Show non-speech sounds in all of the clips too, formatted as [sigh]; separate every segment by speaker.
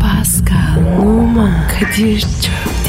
Speaker 1: Pascal, Oman, Kadir çok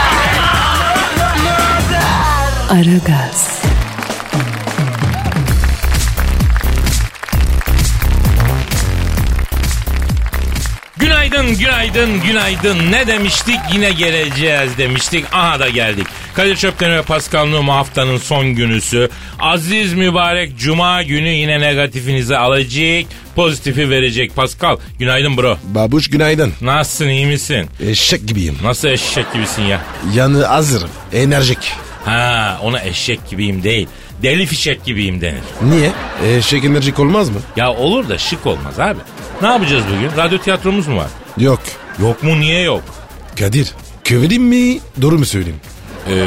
Speaker 1: Aragaz,
Speaker 2: Günaydın, günaydın, günaydın. Ne demiştik? Yine geleceğiz demiştik. Aha da geldik. Kadir Çöpten ve Pascal Numa haftanın son günüsü. Aziz mübarek cuma günü yine negatifinizi alacak, pozitifi verecek. Pascal, günaydın bro.
Speaker 3: Babuş günaydın.
Speaker 2: Nasılsın, iyi misin?
Speaker 3: Eşek gibiyim.
Speaker 2: Nasıl eşek gibisin ya?
Speaker 3: Yanı hazırım. Enerjik.
Speaker 2: Ha, ona eşek gibiyim değil. Deli fişek gibiyim denir.
Speaker 3: Niye? Eşek enerjik olmaz mı?
Speaker 2: Ya olur da şık olmaz abi. Ne yapacağız bugün? Radyo tiyatromuz mu var?
Speaker 3: Yok.
Speaker 2: Yok mu niye yok?
Speaker 3: Kadir. Kövelim mi? Doğru mu söyleyeyim?
Speaker 2: Ee,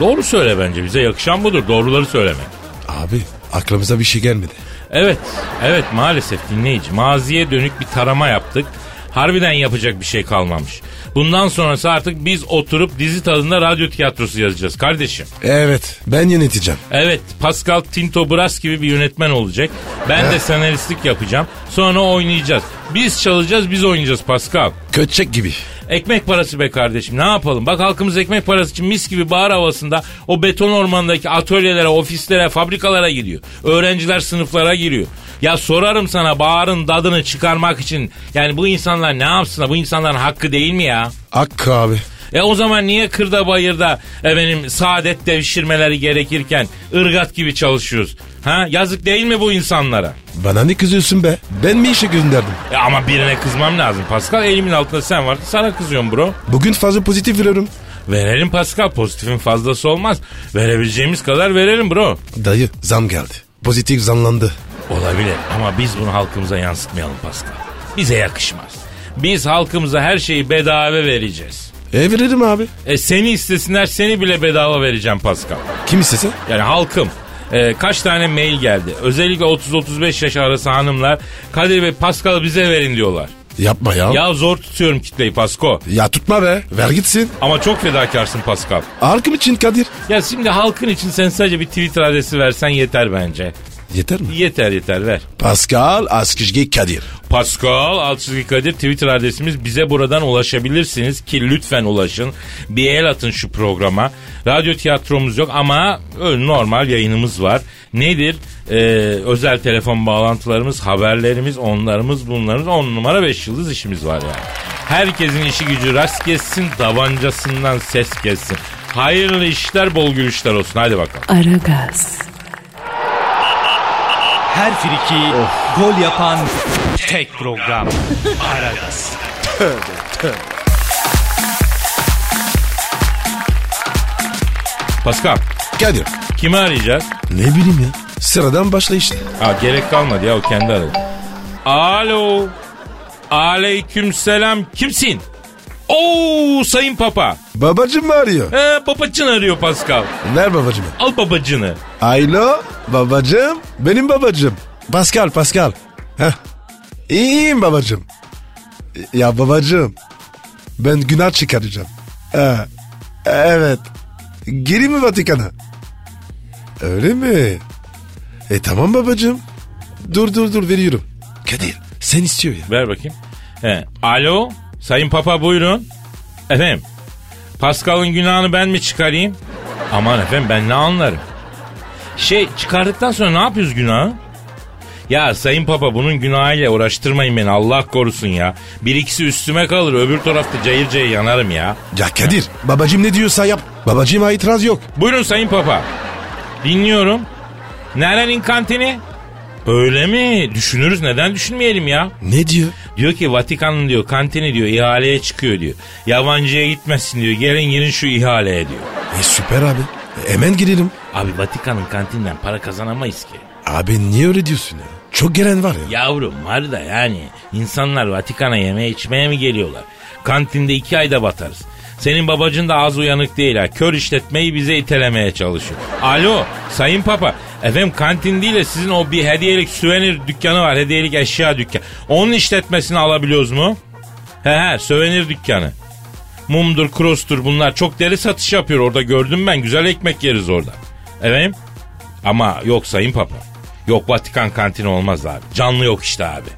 Speaker 2: doğru söyle bence bize yakışan budur doğruları söylemek.
Speaker 3: Abi aklımıza bir şey gelmedi.
Speaker 2: Evet, evet maalesef dinleyici. Maziye dönük bir tarama yaptık. Harbiden yapacak bir şey kalmamış. Bundan sonrası artık biz oturup dizi tadında radyo tiyatrosu yazacağız kardeşim.
Speaker 3: Evet. Ben yöneteceğim.
Speaker 2: Evet, Pascal Tinto Brass gibi bir yönetmen olacak. Ben de senaristlik yapacağım. Sonra oynayacağız. Biz çalacağız, biz oynayacağız Pascal.
Speaker 3: Köçek gibi.
Speaker 2: Ekmek parası be kardeşim ne yapalım? Bak halkımız ekmek parası için mis gibi bahar havasında o beton ormandaki atölyelere, ofislere, fabrikalara gidiyor. Öğrenciler sınıflara giriyor. Ya sorarım sana baharın dadını çıkarmak için yani bu insanlar ne yapsınlar? Bu insanların hakkı değil mi ya?
Speaker 3: Hakkı abi.
Speaker 2: E o zaman niye kırda bayırda efendim saadet devşirmeleri gerekirken ırgat gibi çalışıyoruz? Ha yazık değil mi bu insanlara?
Speaker 3: Bana ne kızıyorsun be? Ben mi işe gönderdim?
Speaker 2: E ama birine kızmam lazım Pascal. Elimin altında sen var. Sana kızıyorum bro.
Speaker 3: Bugün fazla pozitif veriyorum.
Speaker 2: Verelim Pascal pozitifin fazlası olmaz. Verebileceğimiz kadar verelim bro.
Speaker 3: Dayı zam geldi. Pozitif zamlandı.
Speaker 2: Olabilir ama biz bunu halkımıza yansıtmayalım Pascal. Bize yakışmaz. Biz halkımıza her şeyi bedava vereceğiz.
Speaker 3: E veririm abi.
Speaker 2: E seni istesinler seni bile bedava vereceğim Pascal.
Speaker 3: Kim istese?
Speaker 2: Yani halkım e, kaç tane mail geldi. Özellikle 30-35 yaş arası hanımlar Kadir Bey Pascal bize verin diyorlar.
Speaker 3: Yapma ya. Ya,
Speaker 2: Ya zor tutuyorum kitleyi Pasko.
Speaker 3: tutma be. Ver gitsin.
Speaker 2: Ama çok fedakarsın Pascal.
Speaker 3: Arkım için Kadir.
Speaker 2: Ya şimdi halkın için sen sadece bir Twitter adresi versen yeter bence.
Speaker 3: Yeter mi?
Speaker 2: Yeter yeter ver.
Speaker 3: Pascal Askizgi Kadir.
Speaker 2: Pascal Altçizgi Kadir Twitter adresimiz bize buradan ulaşabilirsiniz ki lütfen ulaşın. Bir el atın şu programa. Radyo tiyatromuz yok ama öyle normal yayınımız var. Nedir? Ee, özel telefon bağlantılarımız, haberlerimiz, onlarımız, bunlarımız. On numara beş yıldız işimiz var yani. Herkesin işi gücü rast kessin, davancasından ses kessin. Hayırlı işler, bol gülüşler olsun. Hadi bakalım.
Speaker 1: Aragaz,
Speaker 4: Her friki gol yapan tek program. Aragaz.
Speaker 2: Pascal,
Speaker 3: Kadir.
Speaker 2: kimi arayacağız?
Speaker 3: Ne bileyim ya. Sıradan başla işte.
Speaker 2: Ha gerek kalmadı ya o kendi aradı. Alo. Aleyküm selam. Kimsin? Oo sayın papa.
Speaker 3: Babacım mı arıyor?
Speaker 2: Ee, papacın arıyor Pascal.
Speaker 3: Ver babacımı.
Speaker 2: Al babacını.
Speaker 3: Alo babacım. Benim babacım. Pascal Pascal. Heh. İyiyim babacım. Ya babacım. Ben günah çıkaracağım. Ee, evet. Geri mi Vatikan'a? Öyle mi? E tamam babacım. Dur dur dur veriyorum. Kadir sen istiyor ya.
Speaker 2: Ver bakayım. He. Alo. Sayın papa buyurun. Efendim. Pascal'ın günahını ben mi çıkarayım? Aman efendim ben ne anlarım. Şey çıkardıktan sonra ne yapıyoruz günahı? Ya sayın papa bunun günahıyla uğraştırmayın beni Allah korusun ya. Bir ikisi üstüme kalır öbür tarafta cayır cayır yanarım ya.
Speaker 3: Ya Kadir babacım ne diyorsa yap. Babacığıma itiraz yok.
Speaker 2: Buyurun sayın papa. Dinliyorum. Nerenin kantini? Öyle mi? Düşünürüz neden düşünmeyelim ya?
Speaker 3: Ne diyor?
Speaker 2: Diyor ki Vatikan'ın diyor kantini diyor ihaleye çıkıyor diyor. Yabancıya gitmesin diyor. Gelin girin şu ihaleye diyor.
Speaker 3: E süper abi. E, hemen girelim.
Speaker 2: Abi Vatikan'ın kantinden para kazanamayız ki.
Speaker 3: Abi niye öyle diyorsun ya? Çok gelen var ya.
Speaker 2: Yavrum var da yani insanlar Vatikan'a yeme içmeye mi geliyorlar? Kantinde iki ayda batarız. Senin babacın da az uyanık değil ha. Kör işletmeyi bize itelemeye çalışıyor. Alo sayın papa. Efendim kantin değil de sizin o bir hediyelik süvenir dükkanı var. Hediyelik eşya dükkanı. Onun işletmesini alabiliyoruz mu? He he süvenir dükkanı. Mumdur, krostur bunlar çok deli satış yapıyor orada gördüm ben. Güzel ekmek yeriz orada. Efendim? Ama yok sayın papa. Yok Vatikan kantini olmaz abi. Canlı yok işte abi.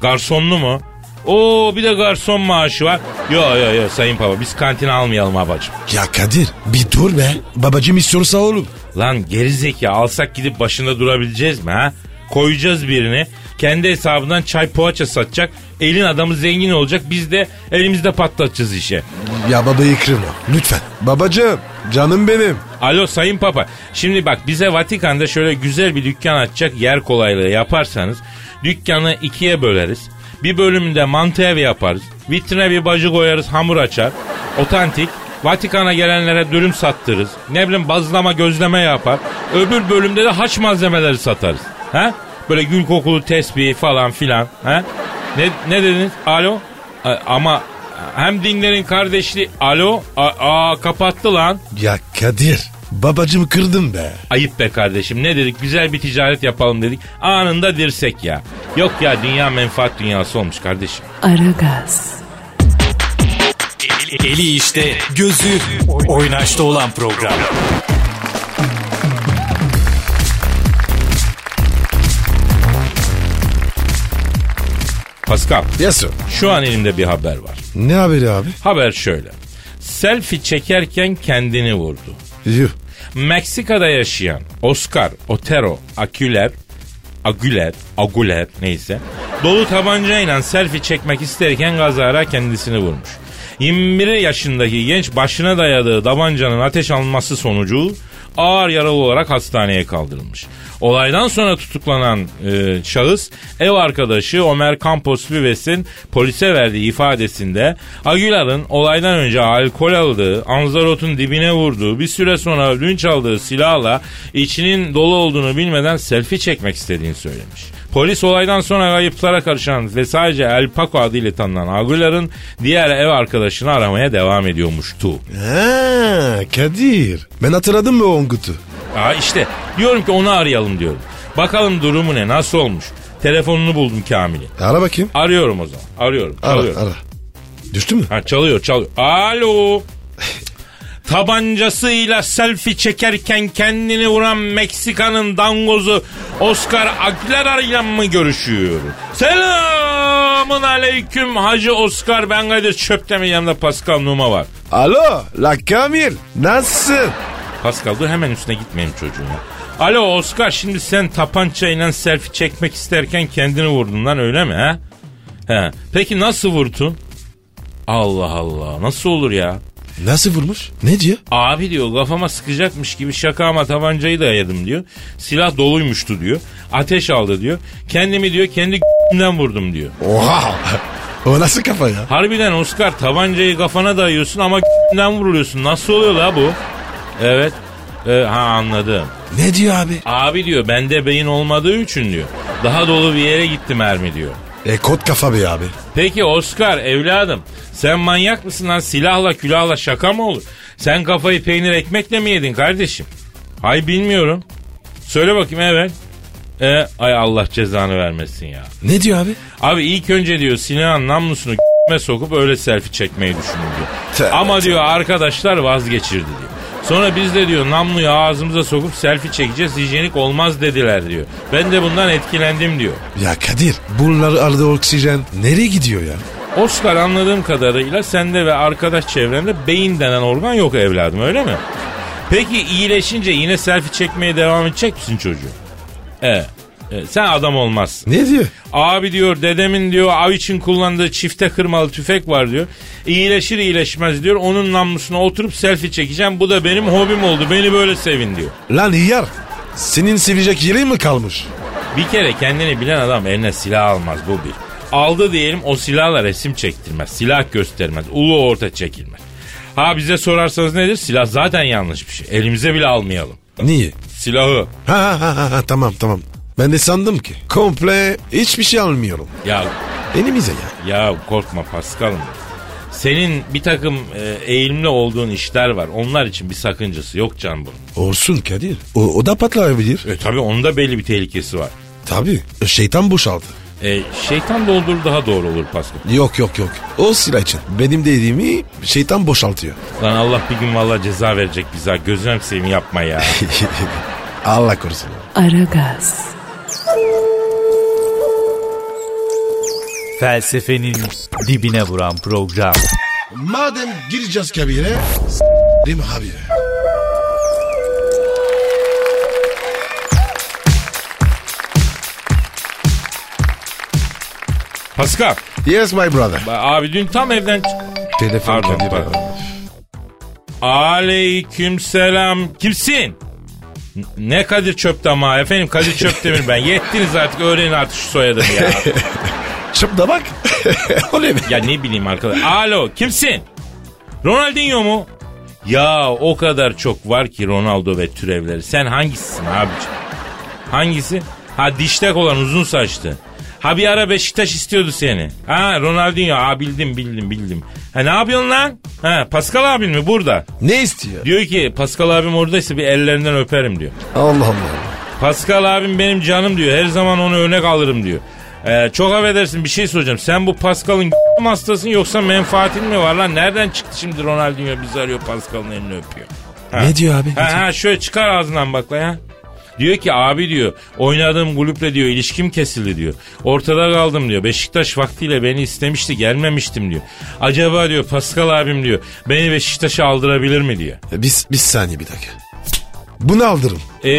Speaker 2: Garsonlu mu? Oo bir de garson maaşı var. Yo yo yo sayın papa biz kantini almayalım abacım.
Speaker 3: Ya Kadir bir dur be. Babacım istiyorsa oğlum.
Speaker 2: Lan gerizekalı alsak gidip başında durabileceğiz mi ha? Koyacağız birini. Kendi hesabından çay poğaça satacak. Elin adamı zengin olacak. Biz de elimizde patlatacağız işe.
Speaker 3: Ya babayı kırma lütfen. Babacım canım benim.
Speaker 2: Alo Sayın Papa. Şimdi bak bize Vatikan'da şöyle güzel bir dükkan açacak yer kolaylığı yaparsanız dükkanı ikiye böleriz. Bir bölümünde mantı evi yaparız. Vitrine bir bacı koyarız hamur açar. Otantik. Vatikan'a gelenlere dürüm sattırız. Ne bileyim bazlama gözleme yapar. Öbür bölümde de haç malzemeleri satarız. Ha? Böyle gül kokulu tesbih falan filan. Ha? Ne, ne dediniz? Alo? A- ama hem dinlerin kardeşliği... Alo? A- aa kapattı lan.
Speaker 3: Ya Kadir babacım kırdım be.
Speaker 2: Ayıp be kardeşim ne dedik güzel bir ticaret yapalım dedik anında dirsek ya. Yok ya dünya menfaat dünyası olmuş kardeşim.
Speaker 1: Aragaz,
Speaker 4: Eli işte, gözü oynaşta olan program.
Speaker 2: Pascal
Speaker 3: Yes sir.
Speaker 2: şu an elimde bir haber var.
Speaker 3: Ne haberi abi?
Speaker 2: Haber şöyle. Selfie çekerken kendini vurdu.
Speaker 3: Yuh.
Speaker 2: Meksika'da yaşayan Oscar Otero Aguilar Aguilar, Aguilar neyse. Dolu tabancayla selfie çekmek isterken kazara kendisini vurmuş. 21 yaşındaki genç başına dayadığı tabancanın ateş alınması sonucu ağır yaralı olarak hastaneye kaldırılmış. Olaydan sonra tutuklanan e, şahıs ev arkadaşı Ömer Campos Vives'in polise verdiği ifadesinde Aguilar'ın olaydan önce alkol aldığı, Anzarot'un dibine vurduğu, bir süre sonra ödünç aldığı silahla içinin dolu olduğunu bilmeden selfie çekmek istediğini söylemiş. Polis olaydan sonra kayıplara karışan ve sadece El Paco adıyla tanınan Aguilar'ın diğer ev arkadaşını aramaya devam ediyormuştu.
Speaker 3: Ha, Kadir. Ben hatırladım mı o kutu?
Speaker 2: Aa işte diyorum ki onu arayalım diyorum. Bakalım durumu ne nasıl olmuş. Telefonunu buldum Kamil'in.
Speaker 3: Ara bakayım.
Speaker 2: Arıyorum o zaman. Arıyorum.
Speaker 3: Ara
Speaker 2: Çalıyorum.
Speaker 3: ara. Düştü mü?
Speaker 2: Ha, çalıyor çalıyor. Alo. Tabancasıyla selfie çekerken kendini vuran Meksika'nın dangozu Oscar Aguilar ile mı görüşüyor? Selamın aleyküm Hacı Oscar ben Kadir Çöptemir yanımda Pascal Numa var.
Speaker 3: Alo la Kamil. Nasılsın?
Speaker 2: Pascal dur hemen üstüne gitmeyin çocuğun ya. Alo Oscar şimdi sen tapançayla selfie çekmek isterken kendini vurdun lan öyle mi ha? He. Peki nasıl vurdun? Allah Allah nasıl olur ya?
Speaker 3: Nasıl vurmuş? Ne diyor?
Speaker 2: Abi diyor kafama sıkacakmış gibi şakama tabancayı dayadım diyor. Silah doluymuştu diyor. Ateş aldı diyor. Kendimi diyor kendi g***imden vurdum diyor.
Speaker 3: Oha. [laughs] o nasıl kafa ya?
Speaker 2: Harbiden Oscar tabancayı kafana dayıyorsun ama g***imden vuruluyorsun. Nasıl oluyor la bu? Evet. Ee, ha anladım.
Speaker 3: Ne diyor abi?
Speaker 2: Abi diyor bende beyin olmadığı için diyor. Daha dolu bir yere gitti mermi diyor.
Speaker 3: E kot kafa be abi.
Speaker 2: Peki Oscar evladım sen manyak mısın lan silahla külahla şaka mı olur? Sen kafayı peynir ekmekle mi yedin kardeşim? Hay bilmiyorum. Söyle bakayım evet. E, ay Allah cezanı vermesin ya.
Speaker 3: Ne diyor abi?
Speaker 2: Abi ilk önce diyor silahın namlusunu k***me sokup öyle selfie çekmeyi düşündüm diyor.
Speaker 3: Tövbe
Speaker 2: Ama diyor arkadaşlar vazgeçirdi diyor. Sonra biz de diyor namluyu ağzımıza sokup selfie çekeceğiz hijyenik olmaz dediler diyor. Ben de bundan etkilendim diyor.
Speaker 3: Ya Kadir bunlar arada oksijen nereye gidiyor ya?
Speaker 2: Oscar anladığım kadarıyla sende ve arkadaş çevrende beyin denen organ yok evladım öyle mi? Peki iyileşince yine selfie çekmeye devam edecek misin çocuğu? Evet. E, sen adam olmazsın.
Speaker 3: Ne diyor?
Speaker 2: Abi diyor dedemin diyor av için kullandığı çifte kırmalı tüfek var diyor. İyileşir iyileşmez diyor. Onun namlusuna oturup selfie çekeceğim. Bu da benim hobim oldu. Beni böyle sevin diyor.
Speaker 3: Lan iyar. Senin sevecek yeri mi kalmış?
Speaker 2: Bir kere kendini bilen adam eline silah almaz bu bir. Aldı diyelim o silahla resim çektirmez. Silah göstermez. Ulu orta çekilmez. Ha bize sorarsanız nedir? Silah zaten yanlış bir şey. Elimize bile almayalım.
Speaker 3: Niye?
Speaker 2: Silahı.
Speaker 3: Ha ha ha, ha ha tamam tamam. Ben de sandım ki komple hiçbir şey almıyorum.
Speaker 2: Ya
Speaker 3: Elimize ya.
Speaker 2: Ya korkma Paskal'ım. Senin bir takım e, eğilimli olduğun işler var. Onlar için bir sakıncası yok can bunun.
Speaker 3: Olsun Kadir. O, o da patlayabilir.
Speaker 2: E tabi onun da belli bir tehlikesi var.
Speaker 3: Tabii. Şeytan boşaldı.
Speaker 2: E, şeytan doldur daha doğru olur Pascal.
Speaker 3: Yok yok yok. O silah için. Benim dediğimi şeytan boşaltıyor.
Speaker 2: Lan Allah bir gün valla ceza verecek bize. ha. Gözüm seveyim yapma ya.
Speaker 3: Allah korusun.
Speaker 1: Aragaz,
Speaker 4: Felsefenin dibine vuran program.
Speaker 3: Madem gireceğiz kabire, s**rim habire.
Speaker 2: Pascal.
Speaker 3: Yes my brother.
Speaker 2: ba- Abi dün tam evden... çı-
Speaker 3: Telefon
Speaker 2: Pardon,
Speaker 3: Kadir.
Speaker 2: pardon. Aleyküm selam. Kimsin? N- Ne Kadir Çöptama efendim Kadir Çöptemir ben. Yettiniz artık öğrenin artık şu soyadımı ya.
Speaker 3: Çıp da bak. [laughs] o ne be?
Speaker 2: Ya ne bileyim arkadaş. Alo kimsin? Ronaldinho mu? Ya o kadar çok var ki Ronaldo ve türevleri. Sen hangisisin abiciğim? Hangisi? Ha diştek olan uzun saçlı. Ha bir ara Beşiktaş istiyordu seni. Ha Ronaldinho. Ha bildim bildim bildim. Ha ne yapıyorsun lan? Ha Pascal abin mi burada?
Speaker 3: Ne istiyor?
Speaker 2: Diyor ki Pascal abim oradaysa bir ellerinden öperim diyor.
Speaker 3: Allah Allah.
Speaker 2: Pascal abim benim canım diyor. Her zaman onu örnek alırım diyor. Ee, çok affedersin bir şey soracağım. Sen bu Pascal'ın [laughs] mi hastasın yoksa menfaatin mi var lan? Nereden çıktı şimdi Ronaldinho bizi arıyor Pascal'ın elini öpüyor. Ha.
Speaker 3: Ne diyor abi?
Speaker 2: Ha, ha, şöyle çıkar ağzından bak lan ya. Diyor ki abi diyor oynadığım kulüple diyor ilişkim kesildi diyor. Ortada kaldım diyor. Beşiktaş vaktiyle beni istemişti gelmemiştim diyor. Acaba diyor Pascal abim diyor beni Beşiktaş'a aldırabilir mi diyor.
Speaker 3: Biz bir saniye bir dakika. Bunu aldırın.
Speaker 2: Ee,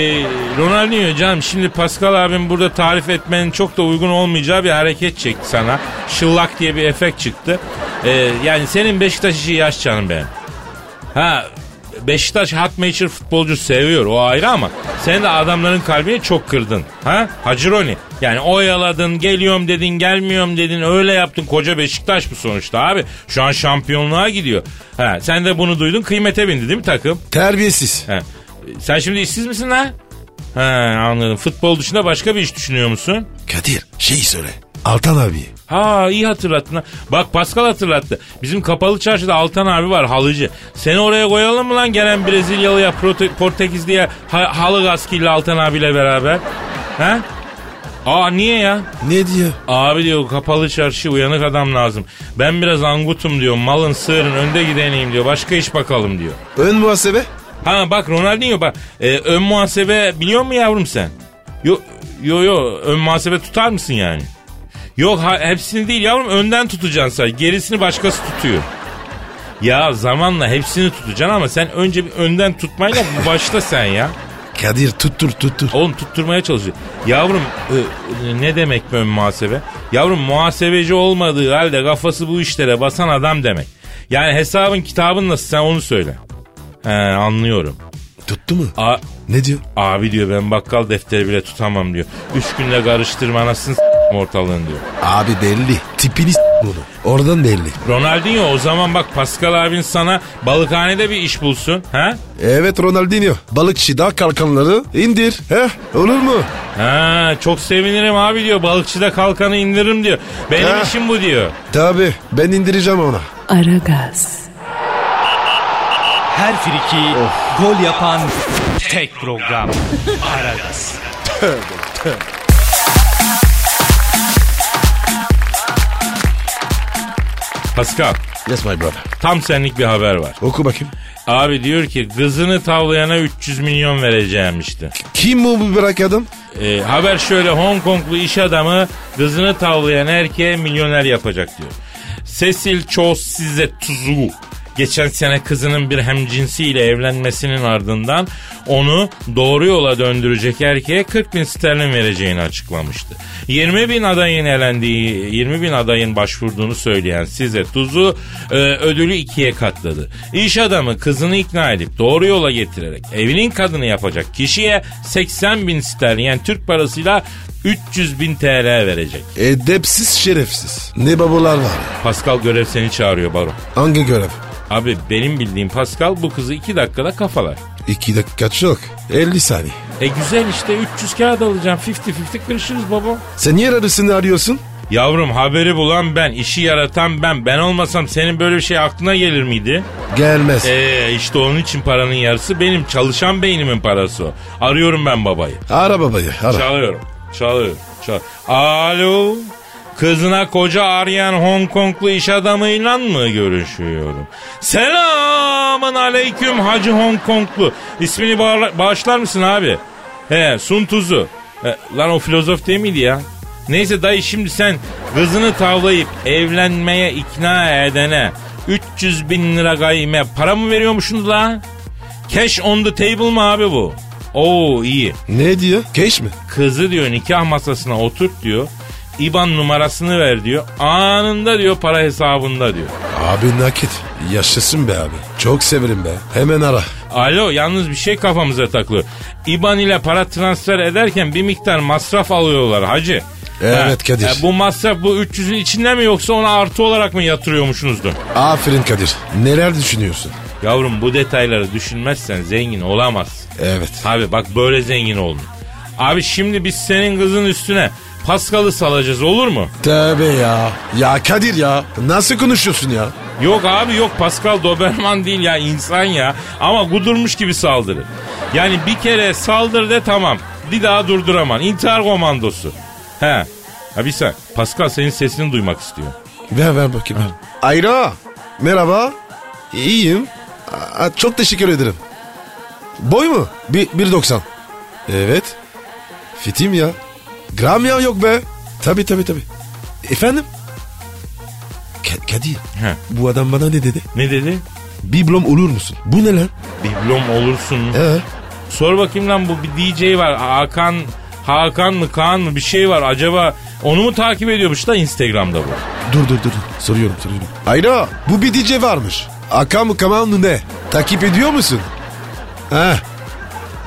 Speaker 2: Ronaldinho canım şimdi Pascal abim burada tarif etmenin çok da uygun olmayacağı bir hareket çekti sana. Şıllak diye bir efekt çıktı. Ee, yani senin Beşiktaş işi yaş canım benim. Ha Beşiktaş hot major futbolcu seviyor o ayrı ama sen de adamların kalbini çok kırdın. Ha Hacıroni yani oyaladın geliyorum dedin gelmiyorum dedin öyle yaptın koca Beşiktaş bu sonuçta abi. Şu an şampiyonluğa gidiyor. Ha sen de bunu duydun kıymete bindi değil mi takım?
Speaker 3: Terbiyesiz.
Speaker 2: He. Sen şimdi işsiz misin lan? He anladım. Futbol dışında başka bir iş düşünüyor musun?
Speaker 3: Kadir şey söyle. Altan abi.
Speaker 2: Ha iyi hatırlattın. ha. Bak Pascal hatırlattı. Bizim kapalı çarşıda Altan abi var halıcı. Seni oraya koyalım mı lan gelen Brezilyalıya Prote- Portekizli'ye ha- halı gaskiyle Altan abiyle beraber? He? Aa niye ya?
Speaker 3: Ne diyor?
Speaker 2: Abi diyor kapalı çarşı uyanık adam lazım. Ben biraz angutum diyor. Malın sığırın önde gideneyim diyor. Başka iş bakalım diyor.
Speaker 3: Ön muhasebe.
Speaker 2: Ha bak Ronaldinho bak e, ön muhasebe biliyor mu yavrum sen? Yo yo yo ön muhasebe tutar mısın yani? Yok ha, hepsini değil yavrum önden tutacaksın sadece gerisini başkası tutuyor. Ya zamanla hepsini tutacaksın ama sen önce bir önden tutmayla başla sen ya.
Speaker 3: Kadir tuttur tuttur.
Speaker 2: Oğlum tutturmaya çalışıyor. Yavrum e, e, ne demek ön muhasebe? Yavrum muhasebeci olmadığı halde kafası bu işlere basan adam demek. Yani hesabın kitabın nasıl sen onu söyle. He anlıyorum.
Speaker 3: Tuttu mu?
Speaker 2: A
Speaker 3: Ne diyor?
Speaker 2: Abi diyor ben bakkal defteri bile tutamam diyor. Üç günde karıştırma anasını s- ortalığın diyor.
Speaker 3: Abi belli. Tipini s- bunu. Oradan belli.
Speaker 2: Ronaldinho o zaman bak Pascal abin sana balıkhanede bir iş bulsun. Ha?
Speaker 3: Evet Ronaldinho. Balıkçı da kalkanları indir. Heh olur mu?
Speaker 2: Ha çok sevinirim abi diyor. Balıkçıda kalkanı indiririm diyor. Benim
Speaker 3: Ha.
Speaker 2: işim bu diyor.
Speaker 3: Tabi ben indireceğim ona.
Speaker 1: Aragaz,
Speaker 4: Her friki gol yapan tek program. Aragaz.
Speaker 2: Pascal
Speaker 3: Yes my brother.
Speaker 2: tam senlik bir haber var.
Speaker 3: Oku bakayım.
Speaker 2: Abi diyor ki kızını tavlayana 300 milyon vereceğimmişti.
Speaker 3: Kim bu mübarek adam?
Speaker 2: Ee, haber şöyle Hong Konglu iş adamı kızını tavlayan erkeğe milyoner yapacak diyor. Cecil Cho size tuzu. Geçen sene kızının bir hemcinsiyle evlenmesinin ardından onu doğru yola döndürecek erkeğe 40 bin sterlin vereceğini açıklamıştı. 20 bin adayın elendiği, 20 bin adayın başvurduğunu söyleyen size tuzu e, ödülü ikiye katladı. İş adamı kızını ikna edip doğru yola getirerek evinin kadını yapacak kişiye 80 bin sterlin yani Türk parasıyla 300 bin TL verecek.
Speaker 3: Edepsiz şerefsiz. Ne babalar var.
Speaker 2: Pascal görev seni çağırıyor baro.
Speaker 3: Hangi görev?
Speaker 2: Abi benim bildiğim Pascal bu kızı 2 dakikada kafalar.
Speaker 3: 2 dakika çok. 50 saniye.
Speaker 2: E güzel işte 300 kağıt alacağım 50-50 kırışırız baba.
Speaker 3: Sen niye arasını arıyorsun?
Speaker 2: Yavrum haberi bulan ben, işi yaratan ben. Ben olmasam senin böyle bir şey aklına gelir miydi?
Speaker 3: Gelmez.
Speaker 2: Eee işte onun için paranın yarısı benim. Çalışan beynimin parası o. Arıyorum ben babayı.
Speaker 3: Ara babayı ara.
Speaker 2: Çalıyorum. Çalıyorum. Çal. Alo. Kızına koca arayan Hong Konglu iş adamıyla mı görüşüyorum? Selamın aleyküm Hacı Hong Konglu. İsmini bağla- bağışlar mısın abi? He Sun Tuzu. E, lan o filozof değil miydi ya? Neyse dayı şimdi sen kızını tavlayıp evlenmeye ikna edene 300 bin lira gayime para mı veriyormuşsun la? Cash on the table mı abi bu? Oo iyi.
Speaker 3: Ne diyor? Keş mi?
Speaker 2: Kızı diyor nikah masasına oturt diyor. İban numarasını ver diyor. Anında diyor para hesabında diyor.
Speaker 3: Abi nakit. Yaşasın be abi. Çok severim be. Hemen ara.
Speaker 2: Alo yalnız bir şey kafamıza takılıyor. İban ile para transfer ederken bir miktar masraf alıyorlar hacı. e,
Speaker 3: Evet, Kadir.
Speaker 2: bu masraf bu 300'ün içinde mi yoksa ona artı olarak mı yatırıyormuşsunuzdur?
Speaker 3: Aferin Kadir. Neler düşünüyorsun?
Speaker 2: Yavrum bu detayları düşünmezsen zengin olamazsın.
Speaker 3: Evet.
Speaker 2: Abi bak böyle zengin oldun. Abi şimdi biz senin kızın üstüne Paskal'ı salacağız olur mu?
Speaker 3: Tövbe ya. Ya Kadir ya. Nasıl konuşuyorsun ya?
Speaker 2: Yok abi yok Pascal Doberman değil ya insan ya. Ama gudurmuş gibi saldırır. Yani bir kere saldır de tamam. Bir daha durduraman. İntihar komandosu. He. Ha bir sen. Pascal senin sesini duymak istiyor.
Speaker 3: Ver ver bakayım. ver. Ayra. Merhaba. İyiyim. Aa, çok teşekkür ederim. Boy mu? Bir- 1.90. Evet. Fitim ya. Gram ya yok be. Tabi tabi tabi. Efendim? Ka- Kadir.
Speaker 2: He.
Speaker 3: Bu adam bana ne dedi?
Speaker 2: Ne dedi?
Speaker 3: Biblom olur musun? Bu ne lan?
Speaker 2: Diplom olursun.
Speaker 3: Ee,
Speaker 2: Sor bakayım lan bu bir DJ var. Hakan Hakan mı Kaan mı bir şey var. Acaba onu mu takip ediyormuş da Instagram'da bu.
Speaker 3: dur dur dur. Soruyorum soruyorum. Ayra bu bir DJ varmış. Akam kamanlı ne? Takip ediyor musun? Ha.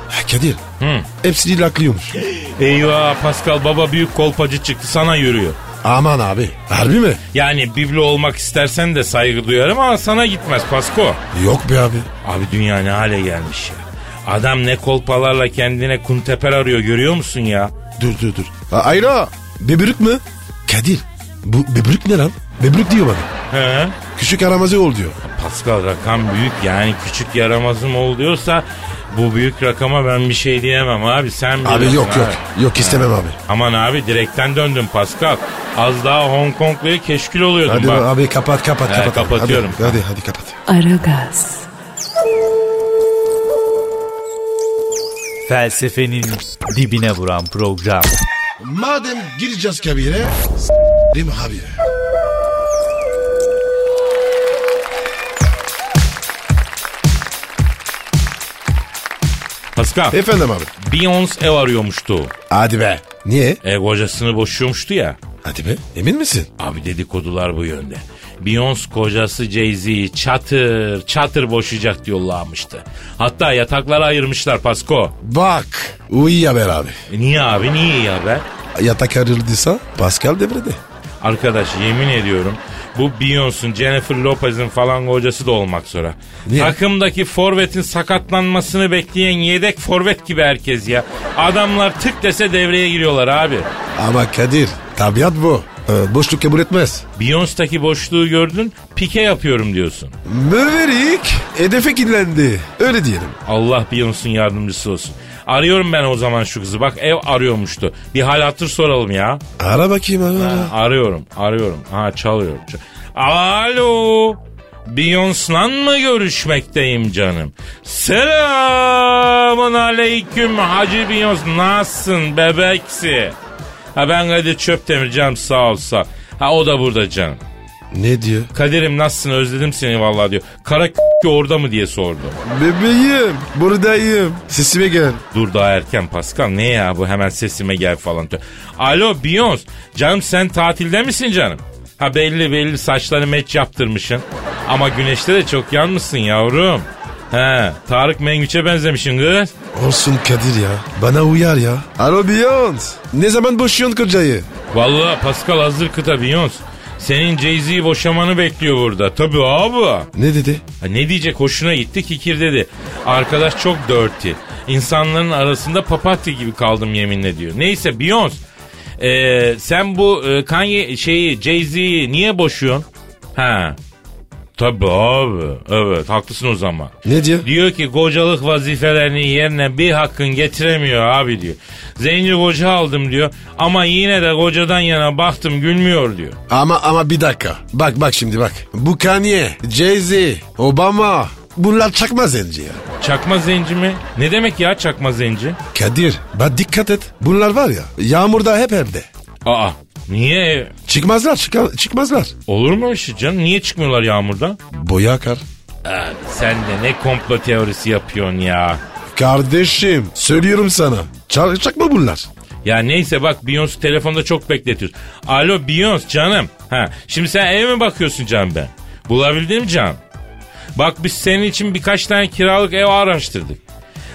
Speaker 3: Ha, Kadir.
Speaker 2: Hı.
Speaker 3: Hepsini laklıyormuş.
Speaker 2: Eyvah Pascal baba büyük kolpacı çıktı sana yürüyor.
Speaker 3: Aman abi. Harbi mi?
Speaker 2: Yani biblo olmak istersen de saygı duyarım ama sana gitmez Pasko.
Speaker 3: Yok be abi.
Speaker 2: Abi dünya ne hale gelmiş ya. Adam ne kolpalarla kendine kunteper arıyor görüyor musun ya?
Speaker 3: Dur dur dur. A- Ayra. Bebrük mü? Kadir. Bu bebrük ne lan? Bebrük diyor bana.
Speaker 2: He?
Speaker 3: Küçük aramazı ol diyor.
Speaker 2: Pascal rakam büyük yani küçük yaramazım ol diyorsa bu büyük rakama ben bir şey diyemem abi sen
Speaker 3: Abi
Speaker 2: bilirsin
Speaker 3: yok yok. Yok istemem abi.
Speaker 2: Aman abi direkten döndüm Pascal. Az daha Hong Konglu'ya keşkül oluyordum
Speaker 3: Hadi
Speaker 2: bak.
Speaker 3: abi kapat kapat
Speaker 2: He,
Speaker 3: kapat.
Speaker 2: kapatıyorum.
Speaker 3: Hadi, hadi hadi kapat.
Speaker 1: Aragaz,
Speaker 4: Felsefenin dibine vuran program.
Speaker 3: Madem gireceğiz kabire. Değil mi abi?
Speaker 2: Pascal,
Speaker 3: Efendim abi.
Speaker 2: Beyoncé ev arıyormuştu.
Speaker 3: Hadi be. Niye?
Speaker 2: E, kocasını boşuyormuştu ya.
Speaker 3: Hadi be. Emin misin?
Speaker 2: Abi dedikodular bu yönde. Beyoncé kocası Jay-Z'yi çatır çatır boşayacak diyorlarmıştı. Hatta yataklara ayırmışlar Pasko.
Speaker 3: Bak. O iyi haber abi.
Speaker 2: E niye abi niye ya be?
Speaker 3: Yatak ayrıldıysa Pascal devrede.
Speaker 2: Arkadaş yemin ediyorum bu Beyoncé'un Jennifer Lopez'in falan kocası da olmak üzere.
Speaker 3: Niye?
Speaker 2: Takımdaki forvetin sakatlanmasını bekleyen yedek forvet gibi herkes ya. Adamlar tık dese devreye giriyorlar abi.
Speaker 3: Ama Kadir tabiat bu. Ee, boşluk kabul etmez.
Speaker 2: Beyoncé'daki boşluğu gördün pike yapıyorum diyorsun.
Speaker 3: Möverik hedefe kilitlendi. Öyle diyelim.
Speaker 2: Allah Beyoncé'un yardımcısı olsun. Arıyorum ben o zaman şu kızı. Bak ev arıyormuştu. Bir hal hatır soralım ya.
Speaker 3: Ara bakayım ara. ara.
Speaker 2: Arıyorum, arıyorum. Ha çalıyorum. çal- Alo. Beyoncé'la mı görüşmekteyim canım? Selamun aleyküm Hacı Beyoncé. Nasılsın bebeksi? Ha ben Kadir Çöptemir canım sağ ol sağ ol. Ha o da burada canım.
Speaker 3: Ne diyor?
Speaker 2: Kadir'im nasılsın özledim seni vallahi diyor. Kara k- orada mı diye sordu.
Speaker 3: Bebeğim buradayım. Sesime gel.
Speaker 2: Dur daha erken Pascal. Ne ya bu hemen sesime gel falan. diyor. Alo Beyoncé. Canım sen tatilde misin canım? Ha belli belli saçlarını meç yaptırmışsın. Ama güneşte de çok yanmışsın yavrum. He Tarık Mengüç'e benzemişsin kız.
Speaker 3: Olsun Kadir ya. Bana uyar ya. Alo Beyond. Ne zaman boşuyorsun kocayı?
Speaker 2: Vallahi Pascal hazır kıta Beyoncé. Senin Jay-Z'yi boşamanı bekliyor burada. Tabii abi.
Speaker 3: Ne dedi?
Speaker 2: Ha, ne diyecek hoşuna gitti kikir dedi. Arkadaş çok dirty. İnsanların arasında papatya gibi kaldım yeminle diyor. Neyse Beyoncé. Ee, sen bu e, Kanye şeyi Jay-Z'yi niye boşuyorsun? Ha. Tabii abi. Evet haklısın o zaman.
Speaker 3: Ne diyor?
Speaker 2: Diyor ki kocalık vazifelerini yerine bir hakkın getiremiyor abi diyor. Zenci koca aldım diyor ama yine de kocadan yana baktım gülmüyor diyor.
Speaker 3: Ama ama bir dakika. Bak bak şimdi bak. Bu Kanye, Jay-Z, Obama. Bunlar çakma zenci ya.
Speaker 2: Çakma zenci mi? Ne demek ya çakma zenci?
Speaker 3: Kadir bak dikkat et. Bunlar var ya yağmurda hep evde.
Speaker 2: Aa niye?
Speaker 3: Çıkmazlar çıka- çıkmazlar.
Speaker 2: Olur mu öyle şey canım? Niye çıkmıyorlar yağmurda?
Speaker 3: Boya akar.
Speaker 2: Abi sen de ne komplo teorisi yapıyorsun ya.
Speaker 3: Kardeşim söylüyorum sana. Çal- çakma bunlar.
Speaker 2: Ya neyse bak Beyoncé telefonda çok bekletiyor. Alo Beyoncé canım. Ha, şimdi sen eve mi bakıyorsun Can ben? Bulabildin mi Can? Bak biz senin için birkaç tane kiralık ev araştırdık.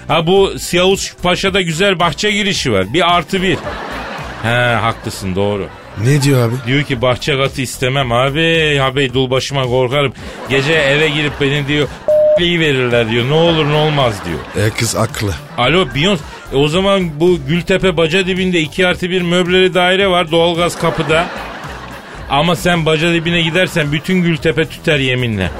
Speaker 2: Ha bu Siyavuz Paşa'da güzel bahçe girişi var. Bir artı bir. He haklısın doğru.
Speaker 3: Ne diyor abi?
Speaker 2: Diyor ki bahçe katı istemem abi. Abi dul başıma korkarım. Gece eve girip beni diyor [laughs] verirler diyor. Ne olur ne olmaz diyor.
Speaker 3: E kız aklı.
Speaker 2: Alo Beyoncé. E o zaman bu Gültepe baca dibinde 2 artı 1 möbleli daire var doğalgaz kapıda. Ama sen baca dibine gidersen bütün Gültepe tüter yeminle.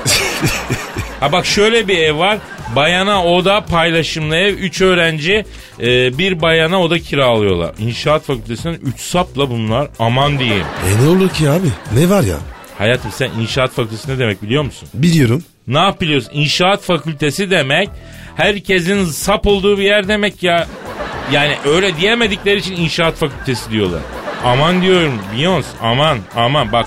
Speaker 2: ha bak şöyle bir ev var. Bayana oda paylaşımlı ev. 3 öğrenci e, bir bayana oda kiralıyorlar. İnşaat fakültesinden 3 sapla bunlar. Aman diyeyim.
Speaker 3: E ne olur ki abi? Ne var ya?
Speaker 2: Hayatım sen inşaat fakültesi ne demek biliyor musun?
Speaker 3: Biliyorum.
Speaker 2: Ne yapıyoruz? İnşaat fakültesi demek herkesin sap olduğu bir yer demek ya. Yani öyle diyemedikleri için inşaat fakültesi diyorlar. Aman diyorum Beyoncé aman aman bak.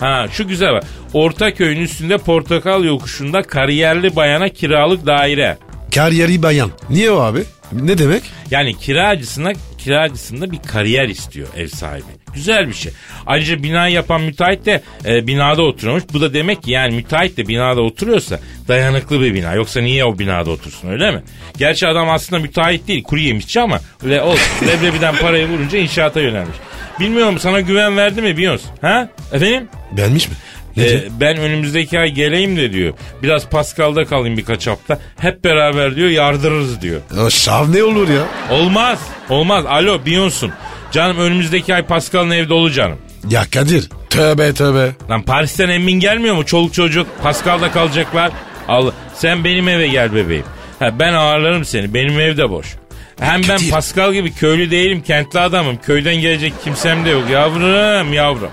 Speaker 2: Ha şu güzel bak. Ortaköy'ün üstünde portakal yokuşunda kariyerli bayana kiralık daire.
Speaker 3: Kariyeri bayan. Niye o abi? Ne demek?
Speaker 2: Yani kiracısına kiracısında bir kariyer istiyor ev sahibi. Güzel bir şey. Ayrıca bina yapan müteahhit de e, binada oturuyormuş. Bu da demek ki yani müteahhit de binada oturuyorsa dayanıklı bir bina. Yoksa niye o binada otursun öyle mi? Gerçi adam aslında müteahhit değil kuru yemişçi ama
Speaker 3: [laughs]
Speaker 2: öyle olsun. Leblebiden parayı vurunca inşaata yönelmiş. Bilmiyorum sana güven verdi mi Biyons? Ha? Efendim?
Speaker 3: Benmiş mi? Ne
Speaker 2: Ee,
Speaker 3: diyor?
Speaker 2: ben önümüzdeki ay geleyim de diyor. Biraz Pascal'da kalayım birkaç hafta. Hep beraber diyor yardırırız diyor.
Speaker 3: O şav ne olur ya?
Speaker 2: Olmaz. Olmaz. Alo Beyoncé'sun. Canım önümüzdeki ay Pascal'ın evde ol canım.
Speaker 3: Ya Kadir. Tövbe tövbe.
Speaker 2: Lan Paris'ten emmin gelmiyor mu? Çoluk çocuk Pascal'da kalacaklar. Al sen benim eve gel bebeğim. Ha, ben ağırlarım seni. Benim ev de boş. Hem ben
Speaker 3: Kadir.
Speaker 2: Pascal gibi köylü değilim. Kentli adamım. Köyden gelecek kimsem de yok. Yavrum yavrum.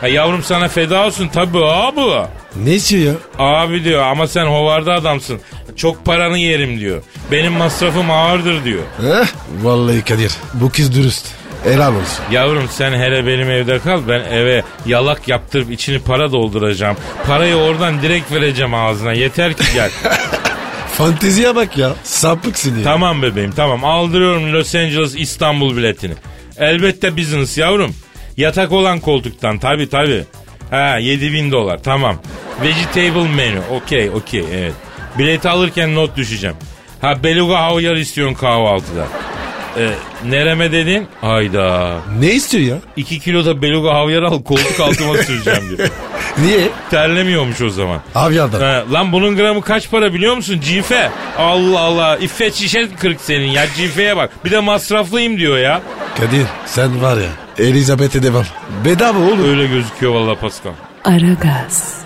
Speaker 2: Ha, yavrum sana feda olsun tabii abi.
Speaker 3: Ne istiyor ya?
Speaker 2: Abi diyor ama sen hovarda adamsın. Çok paranı yerim diyor. Benim masrafım ağırdır diyor.
Speaker 3: Heh, vallahi Kadir. Bu kız dürüst. Helal olsun.
Speaker 2: Yavrum sen hele benim evde kal ben eve yalak yaptırıp içini para dolduracağım. Parayı oradan direkt vereceğim ağzına yeter ki gel.
Speaker 3: Fanteziye bak ya. Sapıksın ya.
Speaker 2: tamam bebeğim tamam aldırıyorum Los Angeles İstanbul biletini. Elbette business yavrum. Yatak olan koltuktan tabi tabi. Ha 7000 dolar tamam. Vegetable menü okey okey evet. Bileti alırken not düşeceğim. Ha beluga havyar istiyorsun kahvaltıda. Ee, nereme dedin? Hayda.
Speaker 3: Ne istiyor ya?
Speaker 2: 2 kilo da beluga havyar al koltuk altıma süreceğim diyor.
Speaker 3: Niye?
Speaker 2: Terlemiyormuş o zaman.
Speaker 3: Avyardan.
Speaker 2: Ha, lan bunun gramı kaç para biliyor musun? Cife. Allah Allah. İffet şişe kırk senin ya. Cifeye bak. Bir de masraflıyım diyor ya.
Speaker 3: Kadir sen var ya. Elizabeth'e devam. Bedava oğlum.
Speaker 2: Öyle gözüküyor vallahi Pascal.
Speaker 1: Aragaz.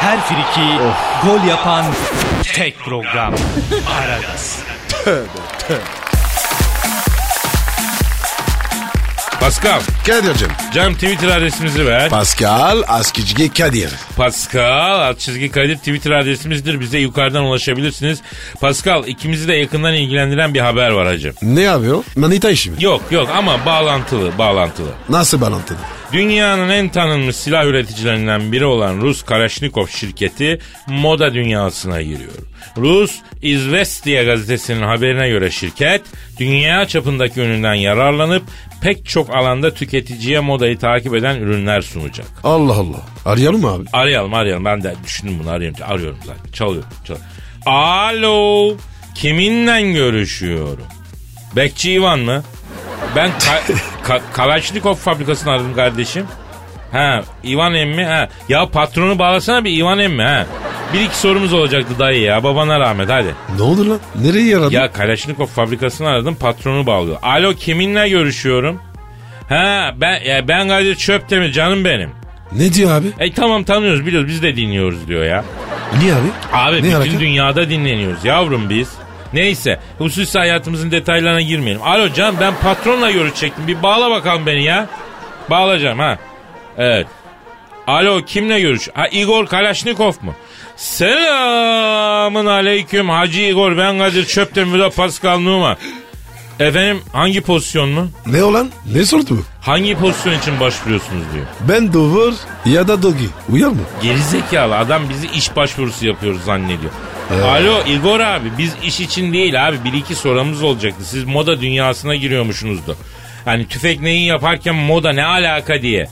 Speaker 4: Her friki gol yapan tek program. Aragaz.
Speaker 2: Pascal.
Speaker 3: Kadir'cim.
Speaker 2: Cem Twitter adresimizi ver.
Speaker 3: Pascal Askizgi Kadir.
Speaker 2: Pascal alt çizgi Kadir Twitter adresimizdir. Bize yukarıdan ulaşabilirsiniz. Pascal ikimizi de yakından ilgilendiren bir haber var hacı.
Speaker 3: Ne yapıyor? Manita işi mi?
Speaker 2: Yok yok ama bağlantılı bağlantılı.
Speaker 3: Nasıl bağlantılı?
Speaker 2: Dünyanın en tanınmış silah üreticilerinden biri olan Rus Karashnikov şirketi moda dünyasına giriyor. Rus İzvestiya gazetesinin haberine göre şirket dünya çapındaki üründen yararlanıp pek çok alanda tüketiciye modayı takip eden ürünler sunacak.
Speaker 3: Allah Allah. Arayalım mı abi?
Speaker 2: Arayalım arayalım ben de düşündüm bunu arayalım. Arıyorum zaten çalıyor çalıyor. Alo kiminle görüşüyorum? Bekçi İvan mı? Ben ka- Ka- Kalaşnikov fabrikasını aradım kardeşim. Ha İvan emmi ha. Ya patronu bağlasana bir İvan emmi ha. Bir iki sorumuz olacaktı dayı ya. Babana rahmet hadi.
Speaker 3: Ne oldu lan? Nereye yaradı?
Speaker 2: Ya Kalaşnikov fabrikasını aradım patronu bağlıyor. Alo kiminle görüşüyorum? Ha ben ya ben Kadir Çöptemir canım benim.
Speaker 3: Ne diyor abi?
Speaker 2: E tamam tanıyoruz biliyoruz biz de dinliyoruz diyor ya.
Speaker 3: Niye abi?
Speaker 2: Abi
Speaker 3: Ne
Speaker 2: bütün
Speaker 3: alaka?
Speaker 2: dünyada dinleniyoruz yavrum biz. Neyse hususi hayatımızın detaylarına girmeyelim. Alo can ben patronla görüşecektim bir bağla bakalım beni ya. Bağlayacağım ha. Evet. Alo kimle görüş? Ha Igor Kalashnikov mu? Selamın aleyküm Hacı Igor ben Kadir Çöptemir de Pascal Numa. Efendim hangi pozisyon mu?
Speaker 3: Ne olan? Ne sordu bu?
Speaker 2: Hangi pozisyon için başvuruyorsunuz diyor.
Speaker 3: Ben Dover ya da Dogi. Uyar mı?
Speaker 2: Gerizekalı adam bizi iş başvurusu yapıyoruz zannediyor. Alo Igor abi biz iş için değil abi bir iki soramız olacaktı. Siz moda dünyasına giriyormuşsunuzdu. Hani tüfek neyi yaparken moda ne alaka diye.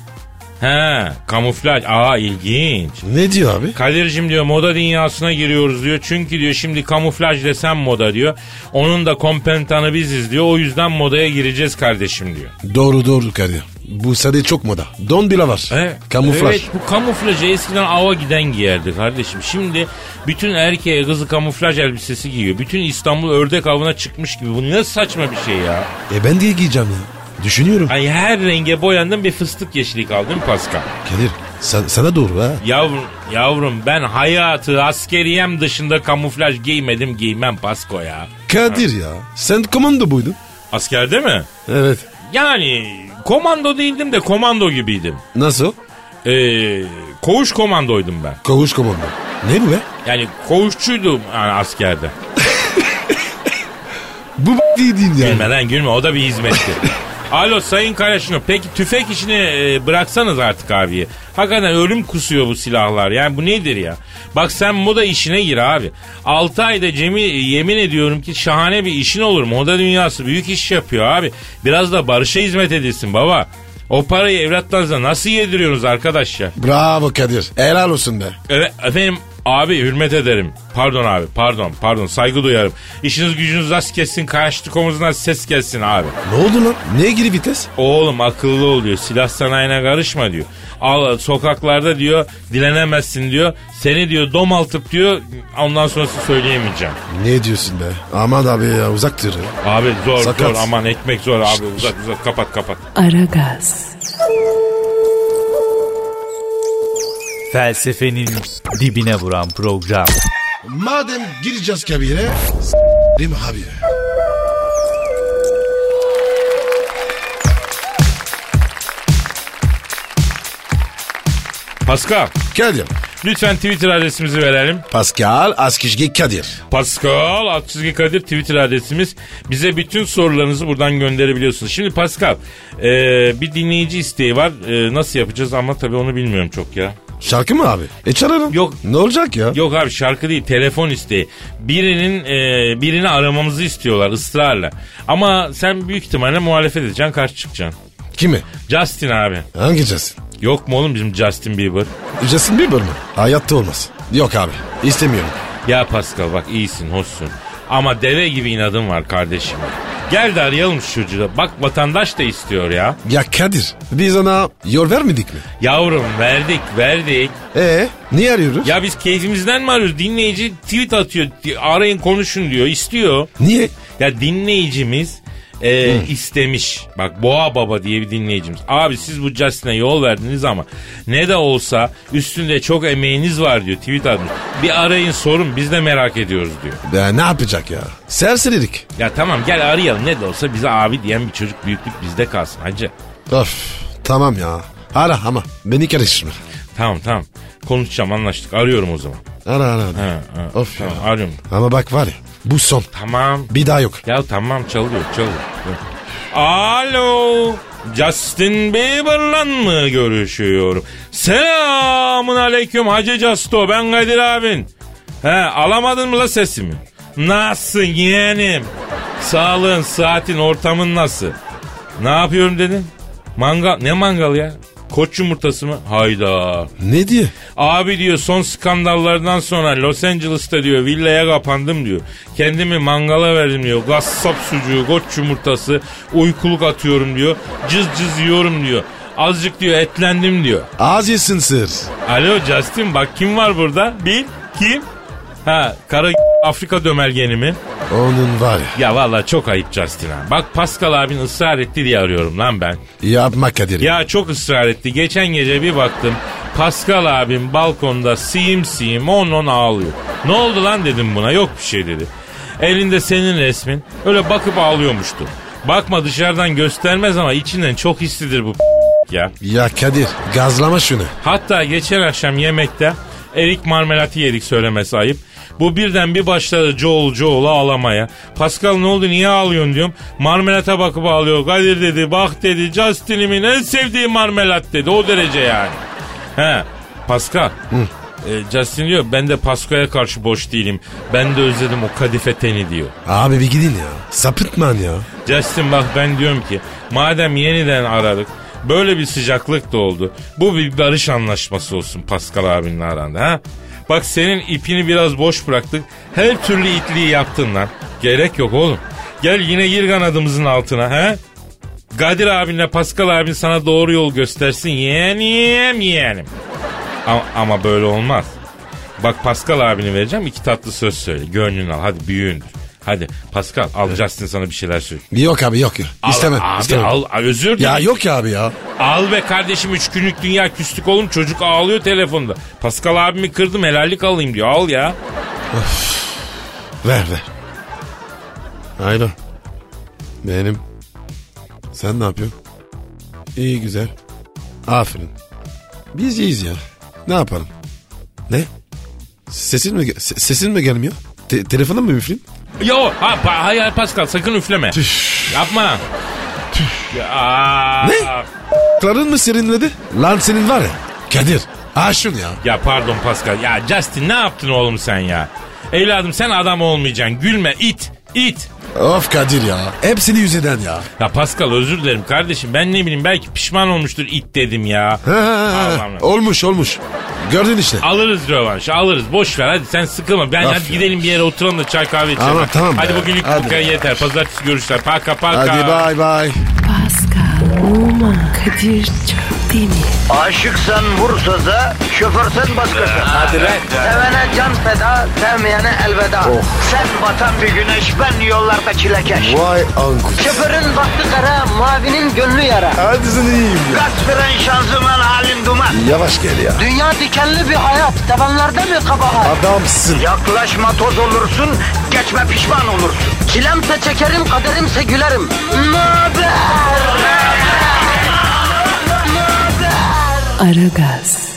Speaker 2: He kamuflaj aa ilginç.
Speaker 3: Ne diyor abi?
Speaker 2: Kadir'cim diyor moda dünyasına giriyoruz diyor. Çünkü diyor şimdi kamuflaj desem moda diyor. Onun da kompentanı biziz diyor. O yüzden modaya gireceğiz kardeşim diyor.
Speaker 3: Doğru doğru Kadir. Bu sade çok moda. Don bile var.
Speaker 2: Evet.
Speaker 3: Kamuflaj.
Speaker 2: Evet bu kamuflajı eskiden ava giden giyerdi kardeşim. Şimdi bütün erkeğe kızı kamuflaj elbisesi giyiyor. Bütün İstanbul ördek avına çıkmış gibi. Bu ne saçma bir şey ya.
Speaker 3: E ben diye giyeceğim ya. Düşünüyorum.
Speaker 2: Ay her renge boyandın bir fıstık yeşili kaldı değil mi Pascal?
Speaker 3: Kadir sa- sana doğru ha.
Speaker 2: Yavrum, yavrum ben hayatı askeriyem dışında kamuflaj giymedim giymem Pasko ya.
Speaker 3: Kadir ya. Sen komando buydun.
Speaker 2: Askerde mi?
Speaker 3: Evet.
Speaker 2: Yani komando değildim de komando gibiydim.
Speaker 3: Nasıl?
Speaker 2: Ee, koğuş komandoydum ben.
Speaker 3: Koğuş komando. Ne bu be?
Speaker 2: Yani koğuşçuydum yani askerde.
Speaker 3: Bu b- değildin yani.
Speaker 2: Gülme lan gülme o da bir hizmetti. Alo Sayın Karaşino peki tüfek işini e, bıraksanız artık abiye. Hakikaten ölüm kusuyor bu silahlar yani bu nedir ya? Bak sen moda işine gir abi. 6 ayda Cem'i yemin ediyorum ki şahane bir işin olur. Moda dünyası büyük iş yapıyor abi. Biraz da barışa hizmet edilsin baba. O parayı evlatlarınıza nasıl yediriyorsunuz arkadaş ya?
Speaker 3: Bravo Kadir. Helal olsun be.
Speaker 2: Evet efendim abi hürmet ederim. Pardon abi pardon pardon saygı duyarım. İşiniz gücünüz rast kessin karşılık omuzuna ses gelsin abi.
Speaker 3: Ne oldu lan? Neye giri vites?
Speaker 2: Oğlum akıllı ol diyor silah sanayine karışma diyor. Al sokaklarda diyor dilenemezsin diyor. Seni diyor domaltıp diyor ondan sonrası söyleyemeyeceğim.
Speaker 3: Ne diyorsun be? Aman abi ya uzak dur. ya.
Speaker 2: Abi zor
Speaker 3: Sakat.
Speaker 2: zor aman ekmek zor abi uzat uzat kapat kapat.
Speaker 1: Aragaz,
Speaker 4: Felsefenin dibine vuran program.
Speaker 3: Madem gireceğiz kabire. Rim abi.
Speaker 2: Pascal
Speaker 3: Kadir.
Speaker 2: lütfen Twitter adresimizi verelim.
Speaker 3: Pascal Askizgi Kadir.
Speaker 2: Pascal alt çizgi Kadir Twitter adresimiz. Bize bütün sorularınızı buradan gönderebiliyorsunuz. Şimdi Pascal e, bir dinleyici isteği var. E, nasıl yapacağız ama tabii onu bilmiyorum çok ya.
Speaker 3: Şarkı mı abi? E çalarım.
Speaker 2: Yok.
Speaker 3: Ne olacak ya?
Speaker 2: Yok abi şarkı değil telefon isteği. Birinin e, birini aramamızı istiyorlar ısrarla. Ama sen büyük ihtimalle muhalefet edeceksin karşı çıkacaksın.
Speaker 3: Kimi?
Speaker 2: Justin abi.
Speaker 3: Hangi Justin?
Speaker 2: Yok mu oğlum bizim Justin Bieber?
Speaker 3: Justin Bieber mi? Hayatta olmaz. Yok abi. İstemiyorum.
Speaker 2: Ya Pascal bak iyisin hoşsun. Ama deve gibi inadın var kardeşim. Gel de arayalım şu çocuğu da. Bak vatandaş da istiyor ya.
Speaker 3: Ya Kadir biz ona yol vermedik mi?
Speaker 2: Yavrum verdik verdik.
Speaker 3: E niye arıyoruz?
Speaker 2: Ya biz keyfimizden mi arıyoruz? Dinleyici tweet atıyor. di- Arayın konuşun diyor. istiyor.
Speaker 3: Niye?
Speaker 2: Ya dinleyicimiz e, istemiş. Bak Boğa Baba diye bir dinleyicimiz. Abi siz bu Justin'e yol verdiniz ama ne de olsa üstünde çok emeğiniz var diyor tweet atmış. Bir arayın sorun biz de merak ediyoruz diyor.
Speaker 3: Ya ne yapacak ya? Serserilik.
Speaker 2: Ya tamam gel arayalım ne de olsa bize abi diyen bir çocuk büyüklük bizde kalsın hacı.
Speaker 3: Of tamam ya. Ara ama beni karıştırma.
Speaker 2: Tamam tamam konuşacağım anlaştık arıyorum o zaman.
Speaker 3: Ara ara. ara.
Speaker 2: Ha, ha,
Speaker 3: Of
Speaker 2: tamam,
Speaker 3: ya.
Speaker 2: arıyorum.
Speaker 3: Ama bak var ya bu son.
Speaker 2: Tamam.
Speaker 3: Bir daha yok.
Speaker 2: Ya tamam çalıyor çalıyor. Alo. Justin Bieber'la mı görüşüyorum? Selamun aleyküm Hacı Casto ben Kadir abin. He alamadın mı la sesimi? Nasılsın yeğenim? Sağlığın, saatin, ortamın nasıl? Ne yapıyorum dedim? Mangal, ne mangal ya? Koç yumurtası mı? Hayda.
Speaker 3: Ne diye?
Speaker 2: Abi diyor son skandallardan sonra Los Angeles'ta diyor villaya kapandım diyor. Kendimi mangala verdim diyor. Gassap sucuğu, koç yumurtası, uykuluk atıyorum diyor. Cız cız yiyorum diyor. Azıcık diyor etlendim diyor.
Speaker 3: Ağız yesin sır.
Speaker 2: Alo Justin bak kim var burada? Bil. Kim? Ha kara Afrika dömergeni mi?
Speaker 3: Onun var ya.
Speaker 2: Ya valla çok ayıp Justin abi. Bak Pascal abin ısrar etti diye arıyorum lan ben.
Speaker 3: Yapma Kadir.
Speaker 2: Ya çok ısrar etti. Geçen gece bir baktım. Pascal abim balkonda siyim siyim on on ağlıyor. Ne oldu lan dedim buna. Yok bir şey dedi. Elinde senin resmin. Öyle bakıp ağlıyormuştu. Bakma dışarıdan göstermez ama içinden çok hissidir bu ya.
Speaker 3: Ya Kadir gazlama şunu.
Speaker 2: Hatta geçen akşam yemekte erik marmelatı yedik söylemesi ayıp. Bu birden bir başladı Joel Joel'a ağlamaya. Pascal ne oldu niye ağlıyorsun diyorum. Marmelata bakıp ağlıyor. Kadir dedi bak dedi Justin'imin en sevdiği marmelat dedi. O derece yani. He Pascal. E, Justin diyor ben de Pascal'a karşı boş değilim. Ben de özledim o kadife teni diyor.
Speaker 3: Abi bir gidin ya. Sapıtman ya.
Speaker 2: Justin bak ben diyorum ki madem yeniden aradık böyle bir sıcaklık da oldu. Bu bir barış anlaşması olsun Pascal abinin aranda ha. Bak senin ipini biraz boş bıraktık. Her türlü itliği yaptın lan. Gerek yok oğlum. Gel yine gir kanadımızın altına ha. Kadir abinle Pascal abin sana doğru yol göstersin yeğenim yeğenim. Ama, ama böyle olmaz. Bak Pascal abini vereceğim iki tatlı söz söyle. Gönlünü al hadi büyüğündür. Hadi Pascal al Justin sana bir şeyler söyle.
Speaker 3: Yok abi yok yok.
Speaker 2: Al
Speaker 3: istemem.
Speaker 2: abi,
Speaker 3: istemem.
Speaker 2: Al, al, özür dilerim.
Speaker 3: Ya yok ya abi ya.
Speaker 2: Al be kardeşim üç günlük dünya küslük oğlum çocuk ağlıyor telefonda. Pascal abimi kırdım helallik alayım diyor al ya.
Speaker 3: Ver ver. Aynen. Benim. Sen ne yapıyorsun? İyi güzel. Aferin. Biz iyiyiz ya. Ne yapalım? Ne? Sesin mi, se- sesin mi gelmiyor? Te- telefonun mu müflim?
Speaker 2: Yo ha pa- hayır Pascal sakın üfleme. Yapma. Ya,
Speaker 3: Ne? Kların mı serinledi? Lan senin var ya. Kadir. Aşın ya.
Speaker 2: Ya pardon Pascal. Ya Justin ne yaptın oğlum sen ya? Evladım sen adam olmayacaksın. Gülme it it.
Speaker 3: Of Kadir ya. Hepsini yüzeden ya.
Speaker 2: Ya Pascal özür dilerim kardeşim. Ben ne bileyim belki pişman olmuştur it dedim ya.
Speaker 3: Ha, ha, ha.
Speaker 2: Allah'ım.
Speaker 3: Olmuş olmuş. Gördün işte.
Speaker 2: Alırız rövanşı alırız. Boş ver hadi sen sıkılma. Ben
Speaker 3: Laf
Speaker 2: hadi
Speaker 3: ya.
Speaker 2: gidelim bir yere oturalım da çay kahve içelim.
Speaker 3: Tamam, tamam
Speaker 2: Hadi
Speaker 3: be.
Speaker 2: bugünlük bu
Speaker 3: Hadi.
Speaker 2: kadar yeter. Pazartesi görüşler. Paka paka.
Speaker 3: Hadi bay bay.
Speaker 1: Pascal, Oman, Kadir çok değil mi?
Speaker 5: Aşıksan vursa da, şoförsen başkasın. Hadi Sevene can feda, sevmeyene elveda. Sen batan bir güneş, ben yollarda çilekeş.
Speaker 3: Vay anku.
Speaker 5: Şoförün baktı kara, mavinin gönlü yara.
Speaker 3: Hadi sen iyiyim ya.
Speaker 5: Kasperen şanzıman halin duman.
Speaker 3: Yavaş gel ya.
Speaker 5: Dünya dikenli bir hayat, sevenlerde mi kabahar?
Speaker 3: Adamsın.
Speaker 5: Yaklaşma toz olursun, geçme pişman olursun. Çilemse çekerim, kaderimse gülerim. Möber!
Speaker 1: Aragaz.